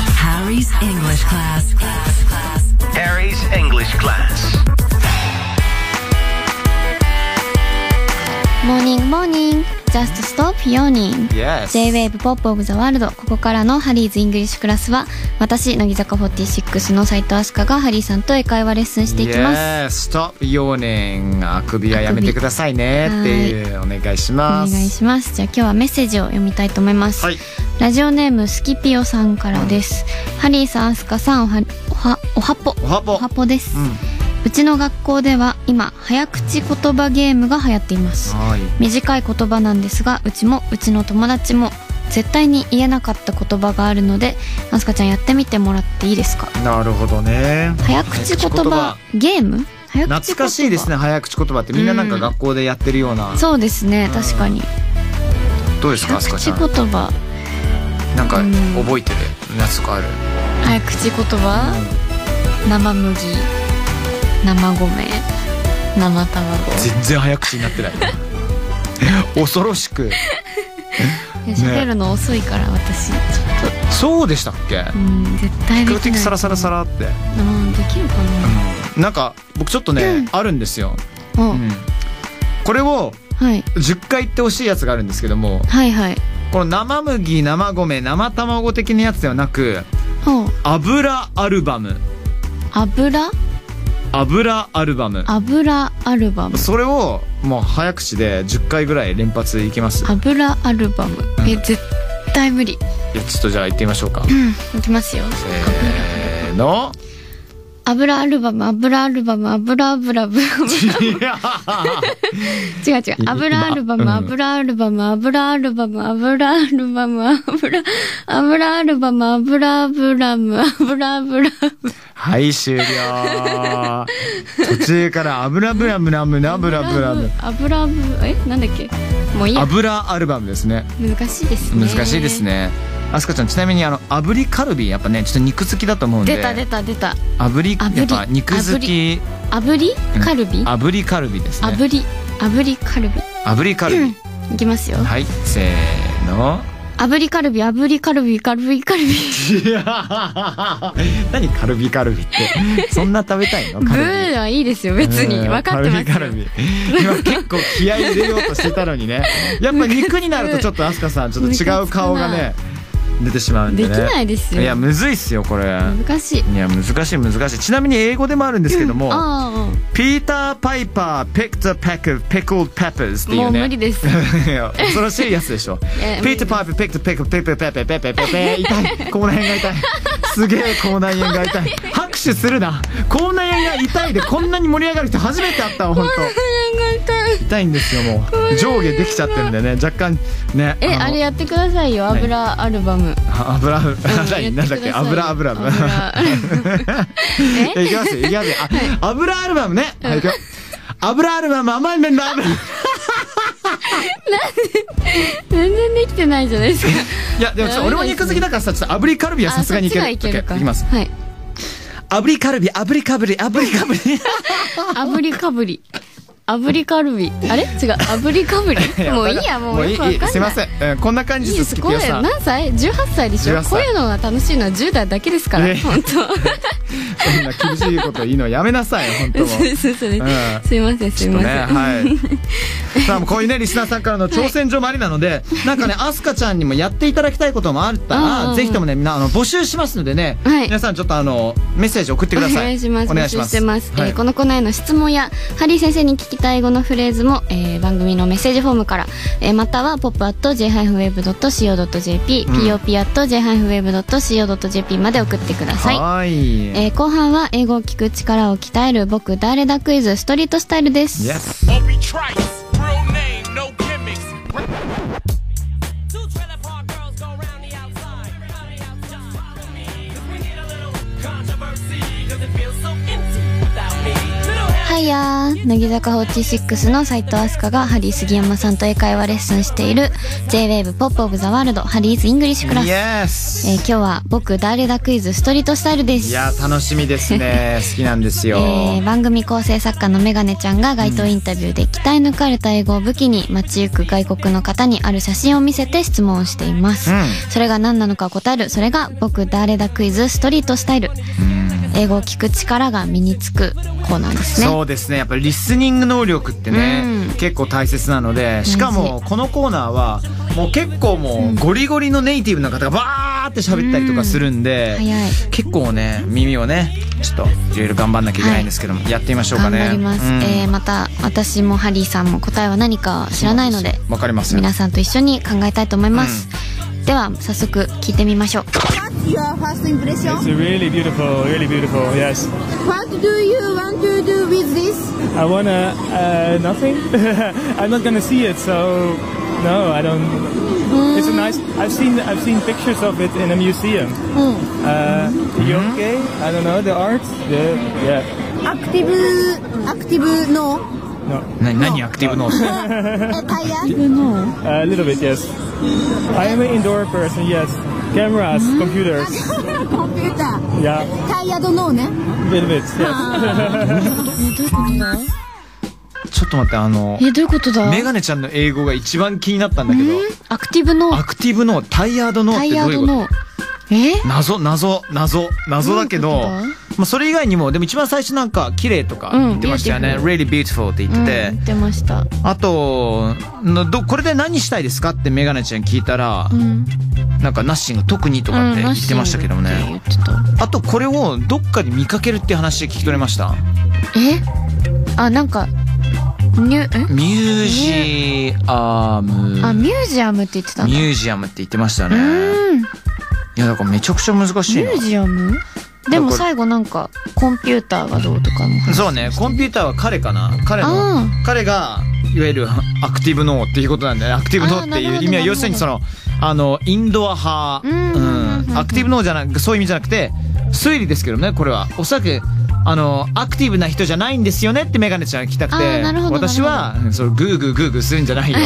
Harry's English class. Harry's English class. モーニングモーニング Just stop yawning Yes. J-Wave Pop of the World ここからのハリーズイングリッシュクラスは私乃木坂46の斉藤飛鳥がハリーさんと英会話レッスンしていきます、 Yes. Stop yawning. あくびはやめてくださいねっていうお願いしまおす。願いしますじゃあ今日はメッセージを読みたいと思います、はい。ラジオネームスキピオさんからです、ハリーさん飛鳥さんおはおはおはぽおはぽおはぽです、うん。うちの学校では今早口言葉ゲームが流行っていますはい。短い言葉なんですがうちもうちの友達も絶対に言えなかった言葉があるのであすかちゃんやってみてもらっていいですかなるほどね。早口言葉早口言葉ゲーム早口言葉懐かしいですね早口言葉ってみんななんか学校でやってるような、そうですねん確かにどうですか早あすかち口ゃ言ん葉なんかうん覚えてるやつとかある、早口言葉生麦生米生卵全然早口になってない 恐ろしくいや喋るの遅いから私ちょっそうでしたっけとうん絶対比でき較な的いサラサラサラって、うんできるかうんなんか僕ちょっとね、あるんですよ、なおうんこれをはい10回言ってほしいやつがあるんですけどもはいはいこの生麦生米生卵的なやつではなくお油アルバム油油アルバム油アルバムそれをもう早口で10回ぐらい連発でいきますい油アルバムえ絶対無理やちょっとじゃあ行ってみましょうかいきますよせー の油アルバム油アルバム油油ブ いや違う違う今油アルバうんム油アルバム油アルバム油アルバム油油アルバム油油ム油油はい終了途中から油ブラムラムナブラブラム油油えなんだっけもういいや油アルバムですね難しいですね難しいですねあすかちゃんちなみにあの炙りカルビやっぱねちょっと肉好きだと思うんで出た出た出た炙り炙りやっぱ肉好き炙りうんカルビ炙りカルビですね炙り炙りカルビ炙りカルビいきますよはいせーの炙りカルビ炙りカルビカルビカルビいや 何カルビカルビ ってそんな食べたいのブカルビーはいいですよ別にうん分かってますよカルビカルビ今結構気合い入れようとしてたのにねやっぱ肉になるとちょっとアスカさんちょっと違う顔がね出てしまうんでできねないですよやむずいっすよこれ難しいいや難しい難しいちなみに英語でもあるんですけども、あピーター・パイパー・ペクター・ペク・ペクル・ペッパーズっあていもうう無ね理 ですいや恐ろしいやつでしょやピーター・パイプ、ペクター・ペクル・ペクル・ペペペペペペ痛い口内炎が痛いすげえ口内炎が痛い拍手するな口内炎が痛いでこんなに盛り上がる人初めて会ったわ本当痛いんですよもう上下できちゃってるんでね若干ねえのあれやってくださいよ何油アルバムあ油油や 何てなんだっくけさい油油油いきますよいきますよあ油アルバムねはいいくよ油アルバム甘い麺の油 全然できてないじゃないですかいやでもちょっと俺も肉好きだからさちょっと炙りカルビ はさすがにいけるあそっちはいけるか OK いきますはい炙りカルビ炙りカブリ炙りカブリ炙りかぶり炙りカルビあれ違う炙りかぶり もういいやもうよくわかんないすいません、えーこんな感じいいでですすスキこピれオさん何歳 ?18 歳でし18ょ歳こういうのが楽しいのは10代だけですかええら本当そんな厳しいこと言うのやめなさい 本当もそうそうそううんすいませんすちいょっとまねせんはいさあこういうねリスナーさんからの挑戦状もありな ので、なんかねアスカちゃんにもやっていただきたいこともあったうんうんうらんぜひともねみんなあの募集しますのでね、はい皆さんちょっとあのメッセージ送ってくださおい願いしますお願いし募ま集しすてます、はいえーこのコーナーへの質問やハリー先生に聞きたい語のフレーズも、えー番組のメッセージフォームから、えーまたは pop.j-wave.co.jp、うん pop.j-wave.co.jp まで送ってくださいはーいえー後半は英語を聞く力を鍛える僕誰だクイズストリートスタイルです、 Yes Don't be trite. Real name, no gimmicks. Two trailer park girls go round the outside. Round the outside. Just follow me, 'cause we need a little controversy, 'cause it feels so empty without me. Little はイヤー乃木坂46の斉藤飛鳥がハリー杉山さんと英会話レッスンしている J-WAVE ポップオブザワールドハリーズイングリッシュクラス、イえーエス今日は僕誰だクイズストリートスタイルですいや楽しみです ね好きなんですよ、えー番組構成作家のメガネちゃんが街頭インタビューで鍛え抜かれた英語を武器に街行く外国の方にある写真を見せて質問をしています、うんそれが何なのか答えるそれが僕誰だクイズストリートスタイル英語を聞く力が身につくコーナーですねそうですねやっぱりリスニング能力ってね、うん結構大切なのでしかもこのコーナーはもう結構もうゴリゴリのネイティブな方がバーって喋ったりとかするんで、早い結構ね耳をねちょっといろいろ頑張んなきゃいけないんですけども、やってみましょうか頑ね張ります、うんえーまた私もハリーさんも答えは何か知らないのでわかりません皆さんと一緒に考えたいと思います、では早速聞いてみましょう Your first It's impression. really beautiful, really beautiful. Yes, What do you want to do with this? I wanna uh, nothing. I'm not gonna see it, so no, I don't. It's a nice. I've seen I've seen pictures of it in a museum. Uh, Yoke, I don't know the art. The yeah, Active, active no. 何何アクティブノース Uh, tired. a little bit. Yes, I am an indoor person. Yes, cameras, computers. Computer. Yeah, Tired no ね。 a little bit. Yes. ちょっと待ってあのえどういうことだメガネちゃんの英語が一番気になったんだけどアクティブのアクティブのタイヤードのっタてイどヤうーいうドのことえ謎謎謎謎だけどどういうことだまあ、それ以外にもでも一番最初なんか綺麗とかうん言ってましたよね「 beautiful really beautiful」って言うんってて、言ってましたあとのど「これで何したいですか?」ってメガネちゃんに聞いたらう、んなんか「ナッシング特に」とかって言ってましたけどもうんね、ナッシングってあとこれをどっかで見かけるって話聞き取れました言ってたえあなんかニュえミュージアあムミュージアムって言ってたんミだュージアムって言ってましたねうんいやだからめちゃくちゃ難しいミなュージアムでも最後なんかコンピューターがどうとかもそうねコンピューターは彼かな彼あのー彼がいわゆるアクティブ脳っていうことなんだよねアクティブ脳あってーなるいほうど意味はなるほど要するにそのあのインドア派うんうんうんアクティブ脳じゃなくそういう意味じゃなくて推理ですけどねこれはおそらくあのアクティブな人じゃないんですよねってメガネちゃんが聞きたくあーてなるほど私はうんそのグーグーグーグーするんじ ゃないよ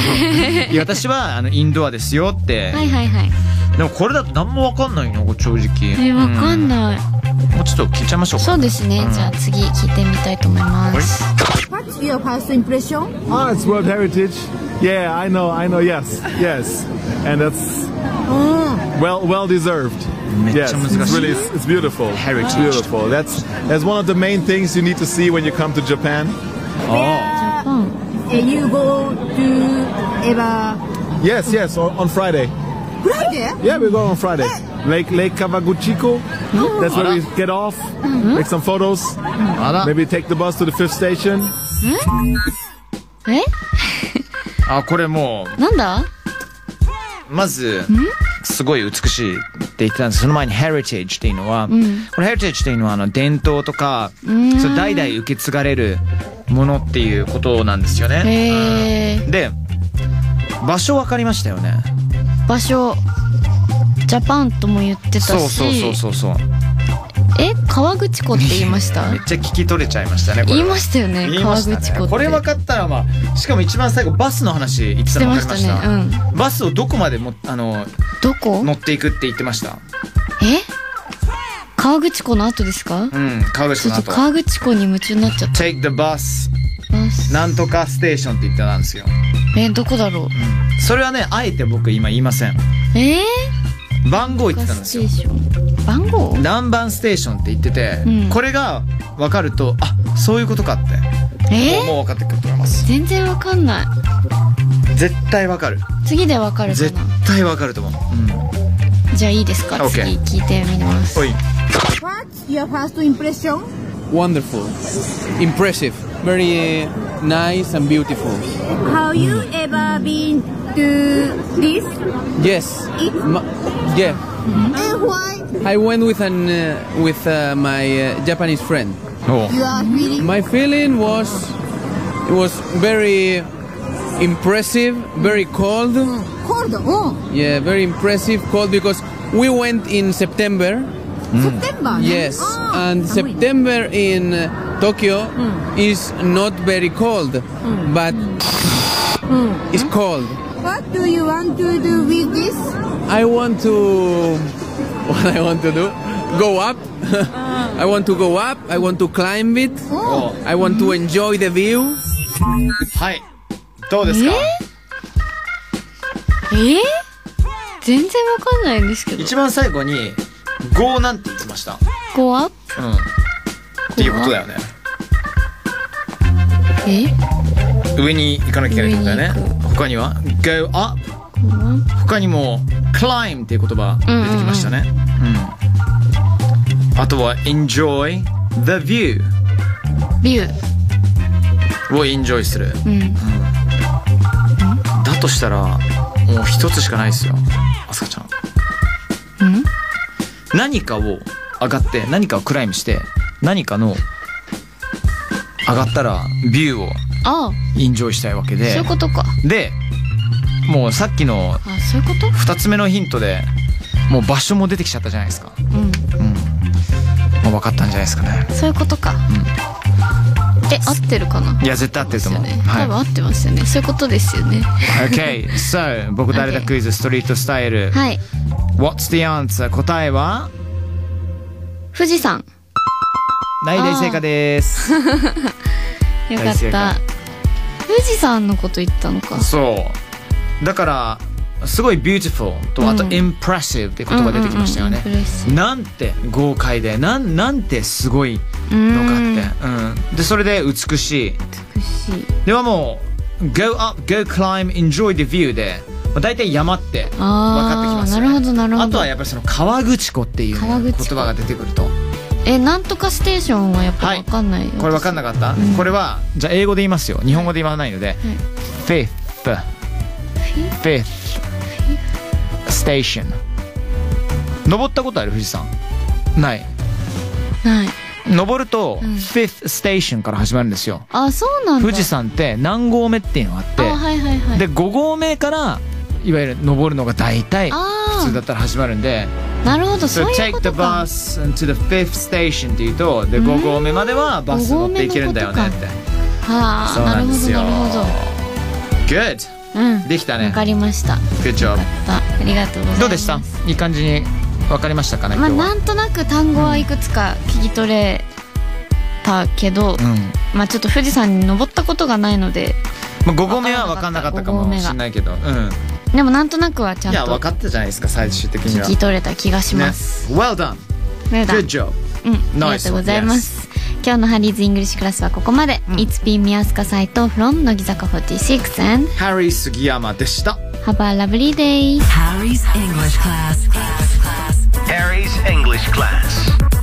いや私はあのインドアですよって、はいはいはいでもこれだと何もわかんないの正直えわかんい、ないうんもうちょっと聞いちゃいましょうかそうですねうんじゃあ次聞いてみたいと思いますは What's your first impression? Oh, it's World Heritage. Yeah, I know, I know. Yes, yes, and that's well, well deserved. Yes, it's really, it's, it's beautiful. Heritage. It's beautiful. That's that's one of the main things you need to see when you come to Japan. Where uh, you go to ever Yes, yes. On, on Friday. Friday? Yeah, we go on Friday. Lake Lake Kawaguchiko. That's where we get off, make some photos, あら maybe take the bus to the fifth station. えあこれもなんだうまずすごい美しいって言ってたんですその前にヘリテージっていうのは、これヘリテージっていうのはあの伝統とかその代々受け継がれるものっていうことなんですよね、えーで場所分かりましたよね場所ジャパンとも言ってたしそうそうそうそうそうえ川口湖って言いましためっちゃ聞き取れちゃいましたねこれ言いましたよね言いま川したね口湖ってこれ分かったらまあしかも一番最後バスの話言ってたの分かりましたしてましたねバスをどこまでもあのどこ乗っていくって言ってましたえ川口湖の後ですかうん川口ち湖ょのっと後川口湖に夢中になっちゃっ Take the bus たますなんとかステーションって言ってたんですよえどこだろうそれはねあえて僕今言いませんえ番号ー言ってたんですよション番号何番ステーションって言ってて、うんこれが分かるとあそういうことかってえもうもう分かってくると思います全然わかんない絶対分かる次でわかるか絶な対分かると思う、うん、じゃあいいですか OK 次聞いてみますおい What's your first impression? wonderful, impressive, very uh, nice and beautiful. Have you ever been to this? Yes, Ma- yeah. And why I went with an uh, with uh, my uh, Japanese friend. おう you are feeling? My feeling was it was very impressive, very cold. Cold. Oh, Yeah, very impressive, cold because we went in September. September. Yes, Oh, and September. September in uh, Tokyo is not very cold, but it's cold. What do you want to do with this? I want to. What I want to do? Go up. I want to go up. I want to climb it. I want to enjoy the view. はいどうですか、えー、全然わかんないんですけど一番最後に「Go」なんて言ってましたゴーアッうんっていうことだよねプえ上に行かなきゃいけないってことだよね上他には「Go up」他にも「Climb」っていう言葉出てきましたねうんあとは「Enjoy the view ビュー」を enjoy するうんだとしたらもう一つしかないですよあすかちゃんうん何かを上がって何かをクライムして何かの上がったらビューをああインジョイしたいわけそういでうことかでもうさっきのあそういうこと2つ目のヒントでもう場所も出てきちゃったじゃないですか、うんまあ、分かったんじゃないですかねそういうことか、え合ってるかないや絶対合ってると思う、ですよねは多い分合ってますよねそういうことですよね OK so 僕誰だ Okay クイズストリートスタイル、はい What's the answer 答えは富士山大大成果ですよかっ大正た解富士山のこと言ったのかそうだからすごい beautiful とあとうん impressive って言葉出てきましたよね、うんうんうん impressive なんて豪快でなんなんてすごいのかって、うん、でそれで美しい美しいではもう go up go climb enjoy the view でまあ大体山って分かってきますよ、ね、あーなるほどなるほどあとはやっぱりその川口湖っていう河言口湖葉が出てくるとえなんとかステーションはやっぱわかんない、これ分かんなかった、これはじゃあ英語で言いますよ日本語で言わないので、fifth fifth station 登ったことある富士山ないない登ると、ん fifth station から始まるんですよあそうなんだ富士山って何合目っていうのがあってあはいはいはいで5合目からいわゆる登るのが大体あー普通だったら始まるんでなるほど So そういう take こ the とか bus to the fifth station っていうとで5合目まではバス乗っていけるんだよねってはあそうななるんほでどすよなるほ Good どうんできたわねかりましたよ Good か job ったありがとうございますどうでしたいい感じに分かりましたかねま今あな日はんとなく単語はいくつか聞き取れたけど、うんまあちょっと富士山に登ったことがないのでまあ5合目は分かんなかったかわかんもなかったしれないけどうでもなんとなくはちゃんんいや分とかったじゃないですか最終的に聞はき取れた気がしねます、 Well done ね Good job うん、 Nice ありがとうございます。今日のハリーズイングリッシュクラスはここまで。It's been 宮塚斎藤 from 乃木坂46 and Harry 杉山でした have a lovely day. Harry's English class. Harry's English class.